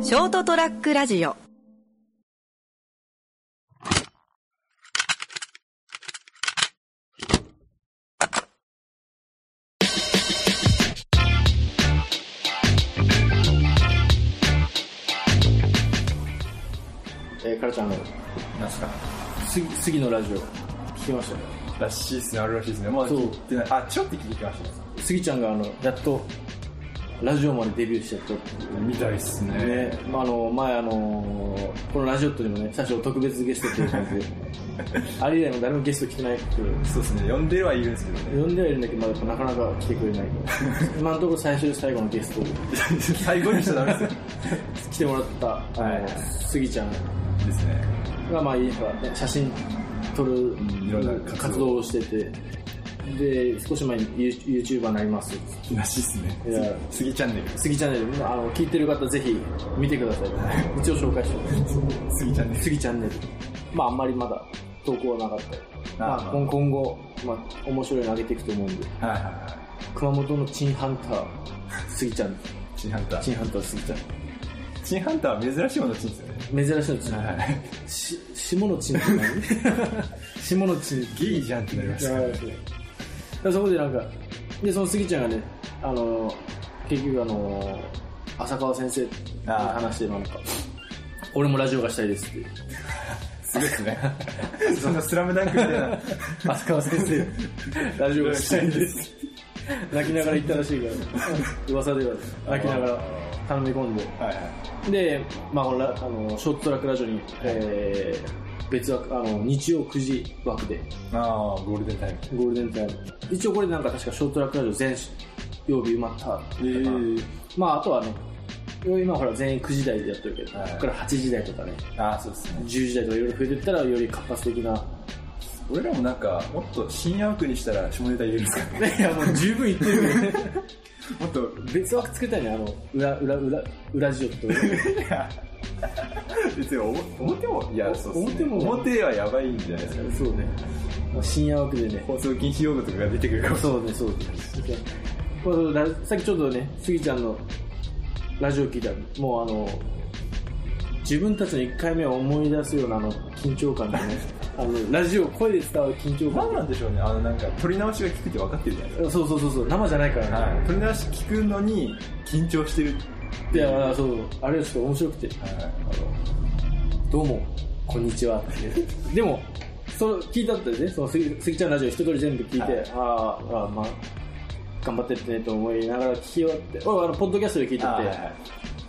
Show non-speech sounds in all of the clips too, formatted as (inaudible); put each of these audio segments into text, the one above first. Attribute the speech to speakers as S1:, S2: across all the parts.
S1: ショートトラックラジオ
S2: えー、カラちゃんあの
S3: なんすか
S2: 次次のラジオ聞きましたよ
S3: らしいっすね、あるらしいっすね。まだ
S2: そう
S3: 聞いてない。あ、ちょっと聞いてきましたね。
S2: 杉ちゃんがあのやっとラジオまでデビューしてちょっと
S3: みたいっすね。
S2: ね、まあ、あの前あのこのラジオットにもね最初特別ゲストという感じで (laughs) あれ以来も誰もゲスト来てないっていう
S3: そうですね、呼んではいるんですけど
S2: 呼んではいるんだけど、まあ、やっぱなかなか来てくれないから今のところ最終最後のゲストに
S3: ね。 (laughs) 最後にしちゃダメですね。
S2: 来てもらった、あの
S3: はい
S2: 杉ちゃん
S3: ですね。
S2: がまあいいか、ね、写真撮る
S3: んいろんな活動
S2: 活動をしててで少し前に YouTuber になりますって
S3: らしいっすね
S2: いや。
S3: すぎチャンネ
S2: 杉チャンネル、あの、聞いてる方ぜひ見てくだ (laughs) さい。一応紹介してます。 (laughs)
S3: ル。すぎチャンネル。
S2: 杉チャンネル。まあ、あんまりまだ投稿はなかったり。
S3: あ
S2: まあ、今今後、まあ、面白いの上げていくと思うんで。
S3: はいはいはい。
S2: 熊本のチンハンター、杉ちゃん。
S3: チンハンタ
S2: (laughs) チ
S3: ー。
S2: ンハンター、杉ちゃん。
S3: チンハンターは珍しいものチンですよね。
S2: 珍しいのチン。
S3: はい。
S2: し、 (laughs) 下のチンって何下のチン。
S3: ゲイじゃんってなりました
S2: やばいですねだからそこでなんか、で、その杉ちゃんがね、あの、結局あの、浅川先生に話して、なんか、俺もラジオがしたいですって。
S3: すごいっすね。 (laughs) そんなスラムダンクみたいな。
S2: (laughs) 浅川先生、ラジオがしたい (laughs) です。泣きながら言ったらしいから、噂では泣きながら頼み込んで。
S3: はいはい。
S2: で、まあ、このラあのショートトラックラジオに、えー別枠、あの、日曜9時枠で、
S3: ああ、ゴールデンタイム。
S2: ゴールデンタイム。一応これなんか確かショートトラックラジオ全曜日埋まった。
S3: ー
S2: まあ、あとはね、今ほら全員9時台でやってるけど、
S3: はい
S2: ここから8時台とかね、
S3: ああ、そうですね
S2: 10。時台とかいろいろ増えていったら、より活発的な
S3: 俺らもなんか、もっと深夜枠にしたら下ネタ言えるんですかね。 (laughs)
S2: いやもう十分言ってるよね
S3: もっと、
S2: (laughs) 別枠作りたいねあの裏裏裏裏ジオット
S3: 別にお表もいやそうっす
S2: 表
S3: ね
S2: も
S3: 表はやばいんじゃないですか
S2: そうね深夜枠でね
S3: 放送禁止用語とかが出てくるかもし
S2: そうねそうねまあそうださっきちょっとねスギちゃんのラジオ聞いたらもうあの自分たちの1回目を思い出すようなあの緊張感でねあのラジオ声で伝わる緊張
S3: れない何
S2: 感
S3: なんでしょうねあのなんか撮り直しが効くって分かってるじゃないで
S2: そうそうそうそう生じゃないから
S3: す
S2: ね、
S3: か、はい、撮り直し効くのに緊張してる
S2: い、やそうあれはちょっと面白くて
S3: はい
S2: どうも、こんにちはっていう。でも、その聞いたってね、その杉杉ちゃんのラジオ一通り全部聞いて、
S3: はい
S2: ああ、ああまあ、頑張ってってねと思いながら聞き終わって、俺はあの、ポッドキャストで聞いてて、
S3: あはいはい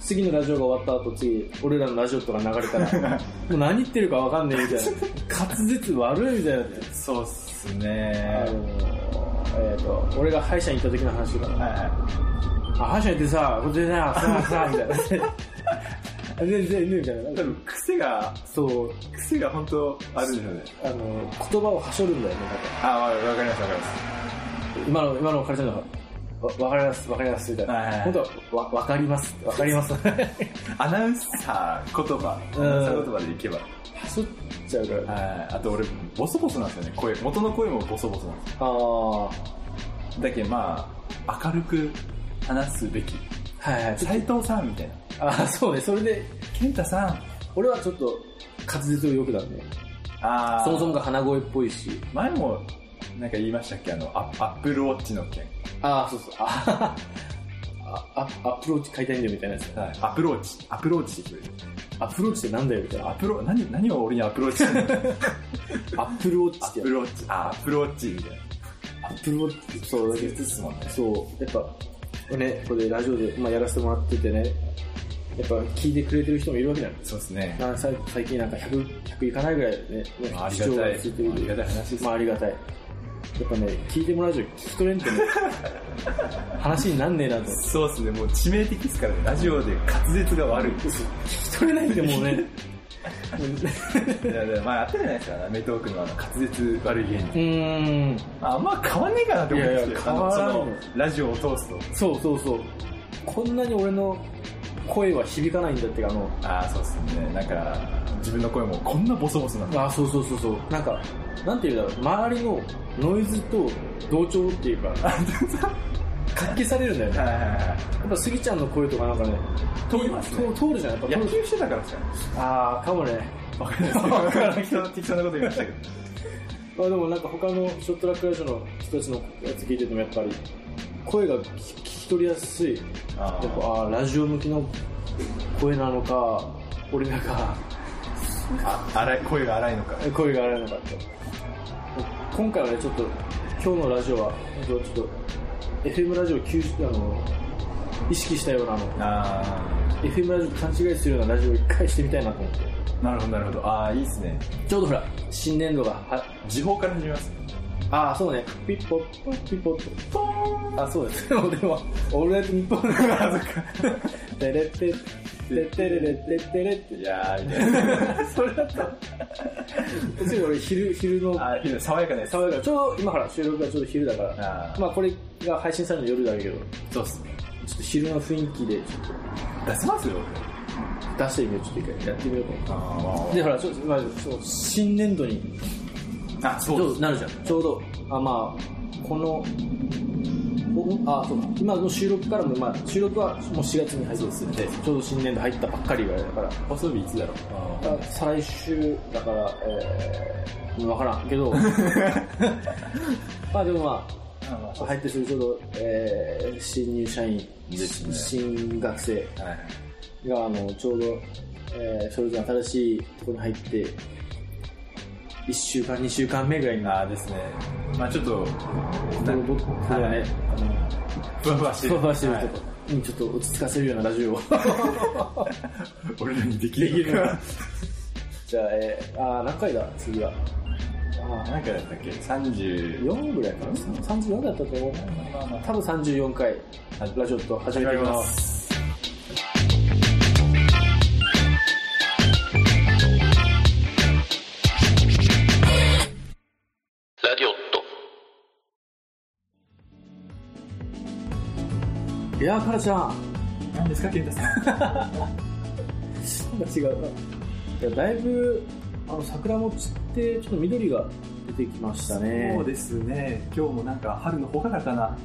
S2: 次のラジオが終わった後、次、俺らのラジオとか流れた
S3: (laughs)
S2: ら、もう何言ってるかわかんないみたいな、滑舌悪いみたいな。
S3: そうっす
S2: あ
S3: ね
S2: のえっ、と、俺が歯医者に行った時の話かな。
S3: はいは
S2: あ、歯医者行ってさ、これでな、さあさあ、みた
S3: (laughs)
S2: いな。全然ね、みたい
S3: い
S2: な
S3: 多。分癖が
S2: そう、
S3: 癖が本当あるんでしょうね
S2: あの、言葉をはしょるんだよね、なんか。
S3: ああ分かります分かりま
S2: 今の、今のカルちゃんのわわかります、わかります、みたい
S3: はいはい
S2: な。
S3: はい
S2: 本当は、わ、わかります、わかり (laughs) ます。
S3: すアナウンサー言葉アナウンサー言葉でいけば
S2: 走っちゃ (laughs) うから。
S3: はいあと俺ボソボソなんですよね声元の声もボソボソなんですよ
S2: ああ、は
S3: だけどまあ明るく話すべき
S2: いはい。
S3: 斉藤さんみたいな
S2: あーそうね、それで、
S3: 健太さん
S2: 俺はちょっと滑舌を良くなるね。
S3: あー
S2: そもそもが鼻声っぽいし。
S3: 前もなんか言いましたっけあのアアップルウォッチの件、
S2: ああ、そうそう。ああ、あアプローチ買いたいんだよみたいなやつ。
S3: はい、アプローチアプローチしてくれる
S2: アプローチってなんだよみたいな。
S3: アプロ何何を俺にアプローチしてる
S2: (laughs)
S3: の
S2: アップルウォッ
S3: ア
S2: チって
S3: ッ
S2: やつ。
S3: プルウォッチあアップルウォッチみたいな
S2: アップルウォッチ、そう、だけど
S3: つすもんね
S2: そう、やっぱ、ね、これラジオで、まあ、やらせてもらっててね、やっぱ聞いてくれてる人もいるわけじゃない
S3: そうですね
S2: なんかさ最近なんか 100, 100いかないぐらいね、
S3: まああり
S2: 視
S3: がたい
S2: 聴がついてる
S3: ありがたい話です
S2: まあありがたい。やっぱね、聞いてもらうと聞き取れんとね、
S3: (laughs)
S2: 話になんねえなと思って。
S3: そうですねもう致命的ですからねラジオで滑舌が悪い
S2: 聞き取れないんでもうね。
S3: (laughs) いやでもまああったじゃないですかアメトークのあの滑舌悪い芸
S2: う
S3: 人
S2: ーん。
S3: あんま変わんねえかなって思うんです
S2: いや
S3: け
S2: いや
S3: どあの
S2: 変
S3: そ
S2: わらん
S3: の
S2: よ
S3: ラジオを通すと
S2: そうそうそう。こんなに俺の声は響かないんだってか、あの、
S3: ああそうっすねなんか自分の声もこんなボソボソなんだ
S2: あそうそうそうそうなんかなんていうんだろう周りのノイズと同調っていうか (laughs) 活気されるんだよね。
S3: はいはいは
S2: やっぱスギちゃんの声とかなんかね、
S3: 通りますね
S2: 通通るじゃん、やっぱ
S3: い。
S2: 通
S3: 野
S2: る。
S3: 球してたからじゃない
S2: ああ、かもね。
S3: わかんないですけ
S2: わかんない
S3: (laughs) ど適当な適当なこと言いましたけど。
S2: まあでもなんか他のショットラックラジオの人たちのやつ聞いててもやっぱり、声が聞聞き取りやすい。やっ
S3: あ
S2: ぱ、
S3: ー
S2: あーラジオ向きの声なのか、俺らが
S3: あ荒い声が荒いのか。
S2: 声があれなかった。今回はね、ちょっと、今日のラジオは、本当ちょっと、FM ラジオを90あの、意識したようなあの、
S3: あ
S2: FM ラジオ勘違いするようなラジオを一回してみたいなと思って。
S3: あ、なるほどなるほど。ああ、いいですね。
S2: ちょうどほら、新年度が、は
S3: 時報から始めます。
S2: ああ、そうね。ピッポッ、ポッピッポッと。
S3: ポーン
S2: あ、そうです。でも、でも、オールナイトニッポンだから、テレッテ、テテレレテテレって。
S3: いやー、みたい (laughs) な。それだった
S2: 別に俺、昼、昼の、
S3: あー、爽やかです。
S2: 爽やかなちょうど今ほら、収録がちょうど昼だから、
S3: あー
S2: まあこれが配信されるの夜だけど、ちょ
S3: そうっすね。
S2: っと昼の雰囲気で、ちょっ
S3: 出せますよ。
S2: と出してみよう、ちょっと一回やってみようと思って。
S3: あ
S2: で、ほら、ちょっと、まあ、そう新年度に
S3: あ。あ、そう
S2: そ
S3: で
S2: う
S3: す。
S2: なるじゃんちょうどあまあこのおあそうだ今の収録からも、まあ、収録はもう4月に入って
S3: そうですね
S2: でちょうど新年度入ったばっかりぐらいだから
S3: 放送日いつだろう。あ
S2: あ再来週だからえー、分からんけ (laughs) どまあでもま
S3: ーあーまあ
S2: あ入ってすぐちょうど、えー、新入社員
S3: ですね
S2: 新学生
S3: はいはい
S2: があのちょうど、えー、それぞれ新しいところに入って1週間2週間目ぐらいに
S3: あーですね。まあちょっと、
S2: 僕らがね、あの
S3: ふわふわして
S2: ふ
S3: る。
S2: わふわして
S3: はい
S2: るとこ、にちょっと落ち着かせるようなラジオを
S3: 俺らにでき
S2: でき
S3: る
S2: る
S3: の
S2: よう
S3: か
S2: な。じゃあ、えー、あー何回だ次は。あ
S3: 何回だったっけ ?30。
S2: 4ぐらいかな ?34 だったと思う。
S3: まあまあ
S2: 多分34回、ラジオと始めていき
S3: 始まり
S2: ま。
S3: ます
S1: ラディオット。
S2: いやー、カラちゃん、な
S3: 何ですか、ケンタさん。
S2: んか違うな。いや、だいぶ、あの、桜も散って、ちょっと緑が出てきましたね。
S3: そうですね。今日もなんか春のほがらかな。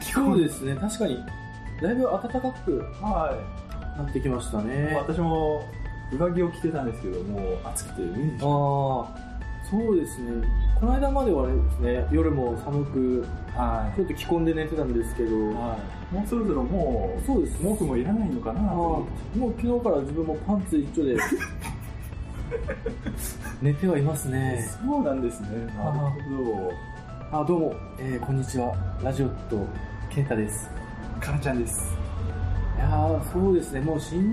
S2: そうですね、確かに。だいぶ暖かく
S3: (laughs) は
S2: なってきました
S3: い。
S2: ね。
S3: 私も上着を着てたんですけど、もう暑くて無理で
S2: あ
S3: した。
S2: あ、そうですね。この間まではあれですね、夜も寒く、
S3: は
S2: ちょっと着込んで寝てたんですけど、
S3: い。はい。もうそろそろも
S2: そうです
S3: う、毛布もいらないのかな
S2: ああ
S3: と思って
S2: もう昨日から自分もパンツ一丁 (laughs) で寝てはいますね。
S3: そうなんですね。なるほ
S2: あ、どうも、えーこんにちは。ラジオット、ケンタです。
S3: ど。かなちゃんです。
S2: いやーそうですね、もう新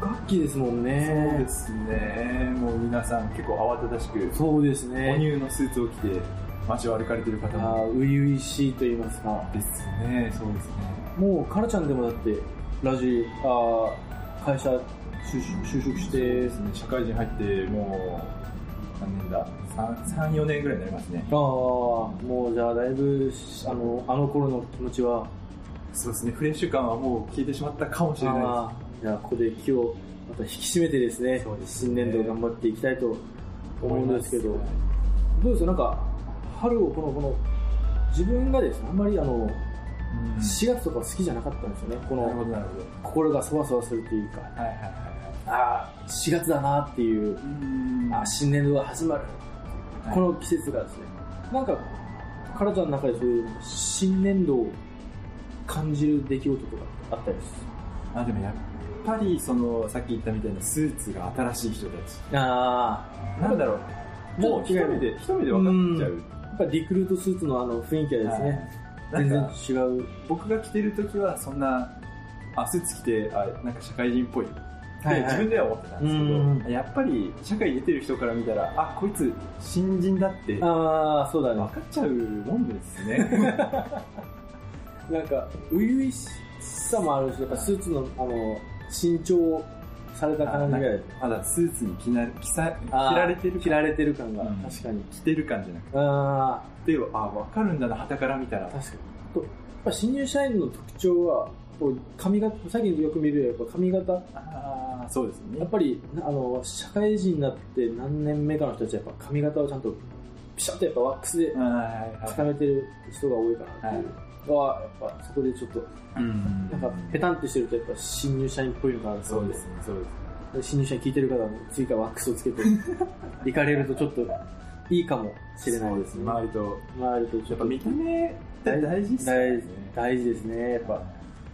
S2: 学期ですもん
S3: そう
S2: ね
S3: で。すね。もう皆さん結構慌ただしく、
S2: そうです
S3: 母
S2: ね。
S3: 乳のスーツを着て街を歩かれてる方
S2: あ
S3: も。
S2: ー初々しいと言いますか。
S3: ですね。そうですね。
S2: もう、カラちゃんでもだって、ラジ、あー会社就職就職し
S3: そう
S2: て
S3: で、すね。社会人入ってもう、何年だ ?3、4年ぐらいになりますね。
S2: ああ、もうじゃあだいぶ、あの、あの頃の気持ちは、
S3: そうですね、フレッシュ感はもう消えてしまったかもしれないです。
S2: あーじゃあここで気をまた引き締めてですね、
S3: そうです
S2: 新
S3: ね
S2: 年度頑張っていきたいと思うんですけど、どうですかなんか、春をこの、この、自分がですね、あんまりあの、
S3: うん
S2: 4月とか好きじゃなかったんですよね。こ
S3: なるほ
S2: の、
S3: ど、なるほど。
S2: 心がそわそわするというか、
S3: はいはいは
S2: ああ、4月だなっていう、
S3: い。うん
S2: あー新年度が始まる。この季節がですね、なんか、彼女の中でそういう新年度を感じる出来事とかあったりです
S3: あ、でもやっぱり、その、さっき言ったみたいなスーツが新しい人たち。
S2: あ
S3: なんだろう、もう一
S2: ちょっと違う
S3: 目で、一目で分かっちゃう。
S2: あ、やっぱリクルートスーツのあの雰囲気はですね、
S3: は
S2: 全
S3: い。な
S2: 然
S3: んか、
S2: 違う。
S3: 僕が着てる時は、そんな、あ、スーツ着て、あ、なんか社会人っぽい。
S2: はいはい
S3: 自分では思ってたんですけど、やっぱり、社会に出てる人から見たら、あ、こいつ、新人だって、分
S2: ああ、そうだね。
S3: かっちゃうもんで
S2: (laughs)
S3: すね。
S2: なんか、初々しさもあるし、やっぱスーツの、あの、新調された感じが、
S3: まだスーツに着な着さ着
S2: あー
S3: られてる
S2: 着られてる感が、
S3: うん
S2: 確かに。
S3: 着てる感じゃなく
S2: あ
S3: て、あ、わかるんだな、旗から見たら。
S2: あ、確かに。とやっぱ新入社員の特徴は、こう髪型、最近よく見るやっぱ髪型
S3: ああ、そうですね。
S2: やっぱりなあの社会人になって何年目かの人たちはやっぱ髪型をちゃんとピシャッとやっぱワックスで
S3: はいはいはい
S2: 固めてる人が多いかなっていう、は、やっぱそこでちょっと、
S3: うん
S2: なんか、ペタンってしてると、やっぱ新入社員っぽいのかなと
S3: そ
S2: 思
S3: う
S2: っ
S3: で
S2: て
S3: すね、そうですね。
S2: 新入社員聞いてる方も、次からワックスをつけて、行かれるとちょっと、いいかもしれないですね。
S3: 周りと、
S2: 周りとち
S3: や
S2: ょ
S3: っ
S2: っ
S3: ぱ
S2: と
S3: 見た目って大事っすね。
S2: 大事ですね。大事ですね。やっぱ、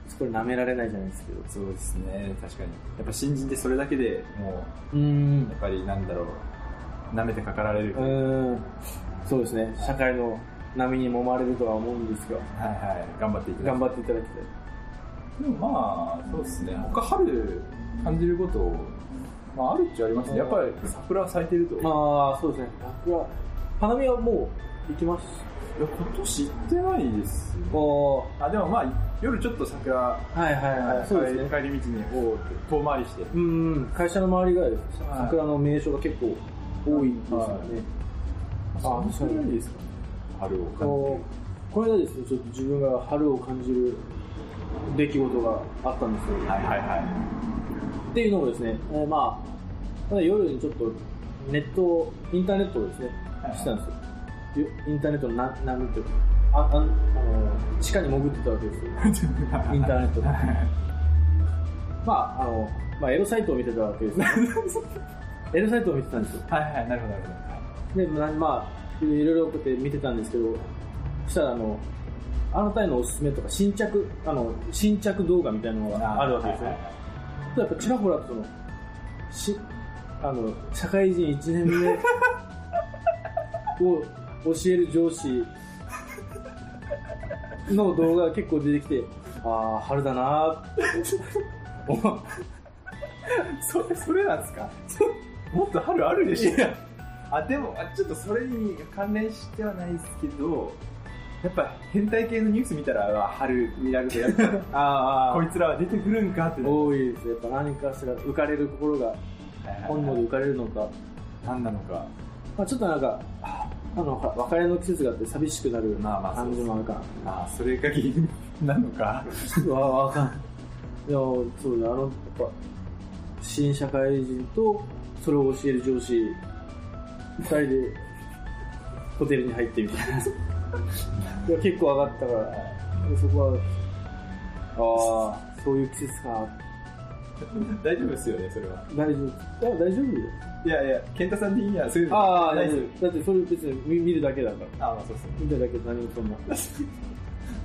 S2: そこで舐められないじゃないですけど。
S3: そうですね、確かに。やっぱ新人でそれだけでも
S2: うーん
S3: う、や。っぱりなんだろう、舐めてかかられる。
S2: う
S3: はい
S2: ーん。そうですね。社会の波に揉まれるとは思うんですが、
S3: はい、頑張っていただ
S2: 頑
S3: き
S2: 張っていただきたい。
S3: でもまあ、そうですね、他春感じること、まああるっちゃありますね。やっぱり桜咲いてると。
S2: ああ、そうですね。僕は、花見はもう行きます。
S3: いや、今年行ってないですよ
S2: ああ、は
S3: あ、でもまあ、夜ちょっと
S2: い
S3: 桜、
S2: はいはい。そうですね。
S3: 帰り道に、おうって遠回りして。
S2: うん、会社の周りぐらいです。
S3: はい
S2: 桜の名所が結構多いんですよね。あ
S3: そんなにですか春を
S2: あ
S3: 感
S2: のこれがですね、ちょっと自分が春を感じる出来事があったんですよ。
S3: じる。はいはいは
S2: っていうのもですね、えーまあ、ただ夜にちょっとネットを、インターネットをですね、
S3: はい
S2: してたんですよ。インターネットのな波というか、あああの地下に潜ってたわけ
S3: (laughs)
S2: ですよ、
S3: い。
S2: インターネットで。
S3: は
S2: まあ、あの、まあ、エロサイトを見てたわけですよ。 (laughs) エロサイトを見てたんですよ。
S3: いはい、なるほどなるほ
S2: で、なまあ、いろいろこうやって見てたんですけど、そしたらあの、あなたへのおすすめとか、新着、あの、新着動画みたいなの
S3: ど。
S2: があるわけですよ。やっぱちらほらとそのしあの社会人1年目を教える上司の動画が結構出てきてああ春だなーって思う
S3: それ、それなんですかもっと春あるでしょあ、でも、あちょっとそれに関連してはないですけど、やっぱ変態系のニュース見たら、あ春見られるとやっ (laughs) ぱ、
S2: あ
S3: こいつらは出てくるんかって。
S2: 多いですやっぱ何かしら浮かれる心が本能で浮かれるのか、
S3: 何なのか。
S2: まあ、ちょっとなんかああのほら別れの季節があって寂しくなる
S3: まあまあそう
S2: 感
S3: で
S2: じ
S3: す
S2: もあるから、
S3: ああ、それが原因なのか。 (laughs)
S2: わ、わかんない。いや、そうだ、あの、やっぱ、新社会人と、それを教える上司、二人で、ホテルに入ってみたいな。いや、結構上がったから、そこは、ああ、そういう季節か、
S3: 大丈夫ですよね、それは。
S2: 大丈夫。いや、大丈夫よ。
S3: いやいや、健太さん的にはそういうの
S2: ああ、
S3: 大
S2: 大丈
S3: 丈夫。
S2: 夫。だって、それ別に見見るだけだから。
S3: ああ、まあそうですね。
S2: 見ただけで何事も。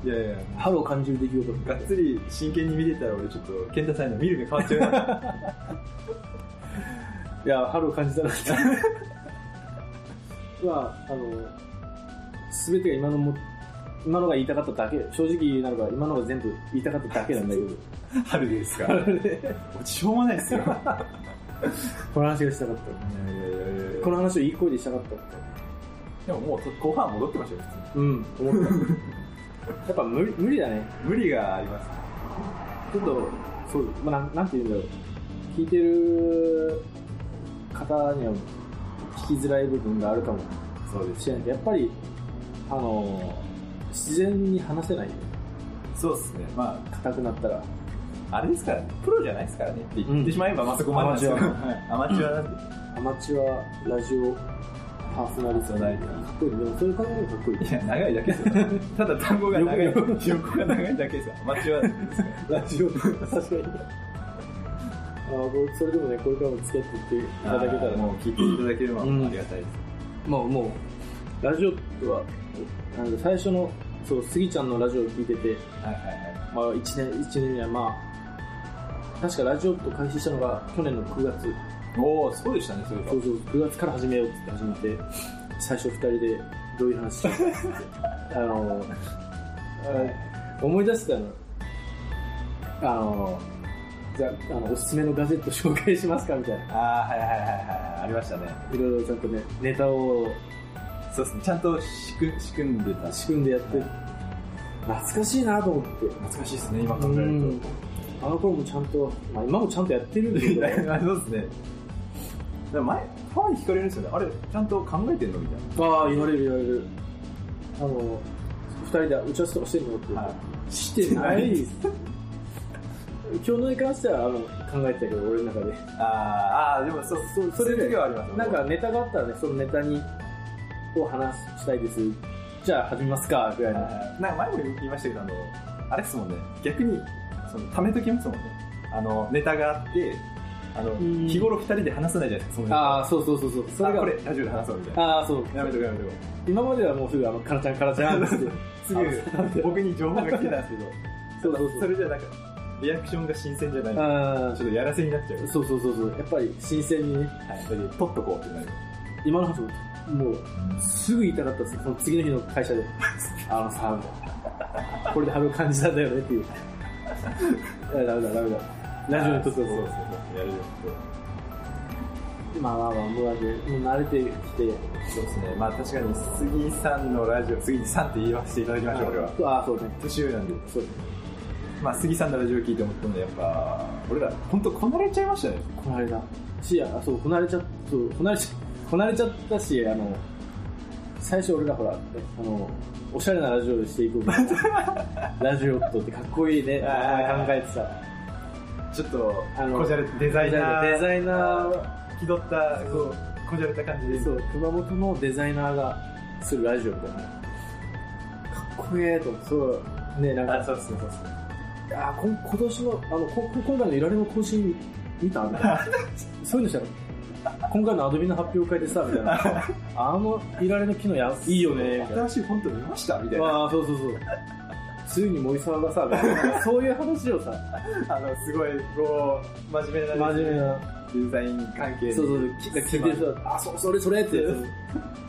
S3: いやいや、
S2: 春を感じる出来事。
S3: がっつり真剣に見てたら俺ちょっと、健太さんの見る目変わっちゃうな。
S2: いや、春を感じたなって。
S3: (laughs)
S2: まあ、あの、すべてが今のも、今のが言いたかっただけ、正直なんか今のが全部言いたかっただけなん
S3: (laughs)
S2: だけど、
S3: 春です (laughs) かしょうもないですよ。いや
S2: この話がしたかった。
S3: いやいやいや
S2: この話をいい声でしたかっ
S3: でももうと後半戻ってましたよ、普通
S2: た。う
S3: に
S2: ん、思
S3: (laughs)
S2: った。やっぱ無理無理だね。
S3: 無理があります。
S2: ちょっと、そう、まあ、なんなんて言うんだろう。聞いてる方には聞きづらい部分があるかも
S3: そうで
S2: しれないけど、やっぱり、あの、自然に話せないよ。
S3: そうですね。ま
S2: 硬くなったら。
S3: あ、あれですからね、プロじゃないですからねって言ってしまえば、まあそこまでなんですよ。
S2: アマチュ
S3: アマチュアなんで。
S2: アマチュアラジオパーソナリティかっこいいでもそれ考えるとかっこいい
S3: いや、長いだけですよ。 (laughs) ただ単語が長い。
S2: 横
S3: 横が長いだけですよ。アマチュアなんですよ。
S2: ラジオ確かにあこれそれでもねこれからも付き合っていっていただけたら
S3: もう聞いていただけるのはありがたいです。
S2: もうもうラジオってはあの最初のそうスギちゃんのラジオを聞いてて、
S3: はいはいは
S2: ま
S3: い。
S2: あ、1年一年目はまあ確かラジオと開始したのが去年の9月
S3: おおそうでしたねそういえば
S2: そうそう9月から始めようって言って始めて最初2人でどういう話しようって言って
S3: (laughs)
S2: あのあ思い出したのあのじゃああのおすすめのガジェット紹介しますかみたいな
S3: ああはいはいはいはいありましたね
S2: いろいろちゃんとねネタを
S3: そうですねちゃんと仕組仕組んでた
S2: 仕組んでやって懐かしいなと思って
S3: 懐かしいですね今考え
S2: うん
S3: る
S2: あの頃もちゃんと、まあ、今もちゃんとやってるんだ
S3: と
S2: け
S3: い
S2: ど
S3: やいやそうですねでも前ファンに聞かれるんですよねあれちゃんと考えてんのみたい (laughs)
S2: ああ言われる言われるあの2人で打ち合わせとかしてんのって言って、
S3: な、はい、
S2: してないです。今日のに関してはあの考えてたけど、俺の中で。
S3: あーあーでもそうそうそれだけはあります
S2: なんかネタがあったらね、そのネタに、を話したいですっじゃあ始めますか、ぐらいの。
S3: なんか前も言いましたけど、あの、あれですもんね、逆に、その、ためときますもんね。あの、ネタがあって、あの、
S2: ん
S3: 日頃二人で話さないじゃないですか、そのネタ
S2: ああ、そうそうそうそう。それ
S3: あ
S2: が
S3: こ、れ、ラジオで話そうみたいな。
S2: ああ、そう。
S3: やめとこうやめとこう。
S2: 今まではもうすぐ、あの、カラちゃんカラちゃんって。
S3: (laughs) すぐ、僕に情報が来てたんですけど、
S2: そうそう
S3: そ
S2: そう。
S3: れじゃなんか、リアクションが新鮮じゃない。ちょ
S2: あ
S3: っとやらせになっちゃう。
S2: あ、そうそうそうそう。やっぱり、新鮮にね、
S3: はい。それで、取っとこうってなる。
S2: 今の話も、もう、すぐ言いたかったんですよ。その次の日の会 (laughs) 社で。あのさ、これで春を感じたんだよねっていう。いやダメだ、ダメだ。ラジオにとっては
S3: そ
S2: そ
S3: うそうそう。やるよ。
S2: う。まあまあまあ、もうだけ、もう慣れてきて、
S3: そうですね。まあ確かに、杉さんのラジオ、杉さんって言わせていただきましょう、俺は。
S2: ああ、そうね。
S3: 年上なんで。
S2: そうね。
S3: まあ、杉さんのラジオ聞いて思ったので、やっぱ、俺ら、本当こなれちゃいましたね。
S2: こなれた。し、あ、そう、こなれちゃっ、そう、こなれちゃ、こなれちゃったし、あの、最初俺らほら、あの、おしゃれなラジオでしていこ (laughs) うと思ってラジオットってかっこいいね、考
S3: あー
S2: えてた。
S3: ちょっと、
S2: あの
S3: こじゃれデザイナー、
S2: デザイナー、
S3: 気取った、こう、こじゃれた感じで。
S2: そう、熊本のデザイナーがするラジオみたいな。かっこええと思って、そう、ね、なん
S3: あ、
S2: か、
S3: そうそうそうそう。
S2: あこん今年の、あの、ここ今回のいられの更新見たみたいな。そういうのしたら、今回のアドビの発表会でさ、みたいな。あのいられの機能や、いいよね、みたいな。
S3: 新しい本当見ましたみたいな。
S2: わあそうそうそう。ついに森沢がさ、みたいななんかそういう話をさ、
S3: (laughs) あの、すごい、こう、真面目な
S2: 真面目な。
S3: デザイン関係に
S2: そうそう、聞いて
S3: まあ
S2: る人あ、そう、それそれって、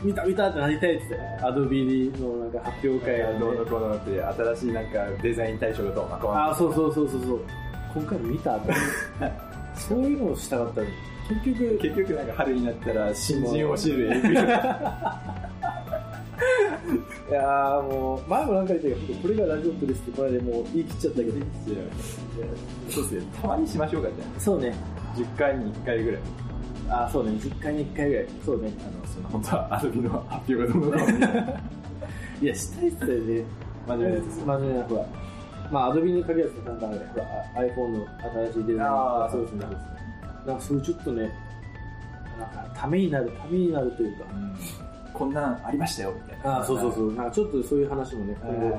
S2: 見た見たってなりたいって言って、アドビのなんか発表会
S3: どう
S2: の
S3: のこうのって、新しいなんかデザイン対象がどうのこう
S2: あ
S3: の
S2: あそうそうそうそうそう今回の見た (laughs) ってそういうのをしたかったの結局
S3: 結局なんか春になったら新人を教える AV
S2: いやーもう前も何回言ったけどこれがラジオットですってこれでもう言い切っちゃったけど
S3: そうっすねたまにしましょうかじゃ
S2: そうね
S3: あ10回に1回ぐらい
S2: ああそうね10回に1回ぐらいそうね
S3: あのその本当は遊びの発表がどうのこうの
S2: いやしたいっすよね
S3: 真面目です
S2: 真面目なほらまあアドビに限らずなんかあれほらあ iPhone の新しいデザイン
S3: あーそうですね
S2: なんかそういうちょっとねなんかためになるためになるというか
S3: こんなんありましたよみたいな
S2: ああそうそうそうなんかちょっとそういう話もね今後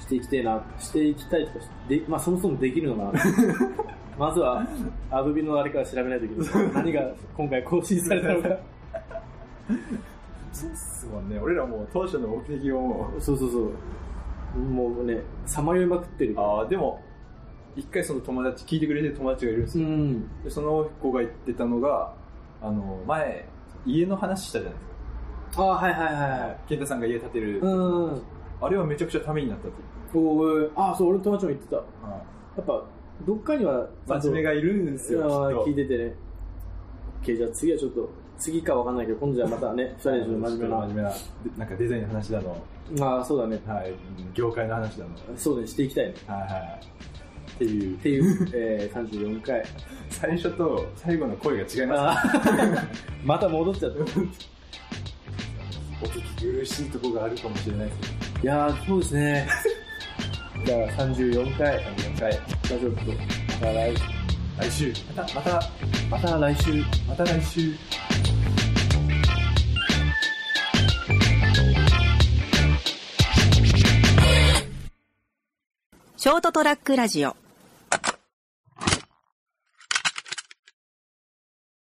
S2: していきたいな、していきたいとかして、でまあ、そもそもできるのか
S3: (laughs)
S2: な。まずは、アドビのあれから調べないといけない。何が今回更新されたのか。
S3: そうっすもんね俺らもう当初の目的をもう
S2: そうそうそう。もうね、さまよいまくってる。
S3: ああでも一回その友達聞いてくれてる友達がいるんです
S2: う
S3: よ、
S2: ん。
S3: でその子が言ってたのがあの前家の話したじゃないですか
S2: ああ、はいはいはいはい。
S3: 健太さんが家建てる、
S2: うん。
S3: あれはめちゃくちゃためになったって
S2: おーああ、そう、俺の友達も言ってた。やっぱ、どっかには、
S3: 真面目がいるんですよ
S2: あー
S3: き
S2: 聞
S3: っ
S2: いててね。OK、じゃあ次はちょっと、次かわかんないけど、今度じゃあまたね、二人
S3: と
S2: で真面目
S3: 真面目なでなんかデザインの話だの、
S2: な。まあ、そうだね。
S3: はい、業界の話だの、
S2: そうね、していきたいね。
S3: はいはい、っていう
S2: っていう、えー、34回。
S3: 最初と最後の声が違います
S2: あ (laughs) ーまた戻っちゃった。い
S3: お聞き苦しいとこがあるかもしれないですけ
S2: やー、そうですね。じゃあ34回、ラ
S3: ど4回
S2: ジオット。また来
S3: 来週またまた
S2: また来週。
S3: また来週
S1: ショートトラックラジオ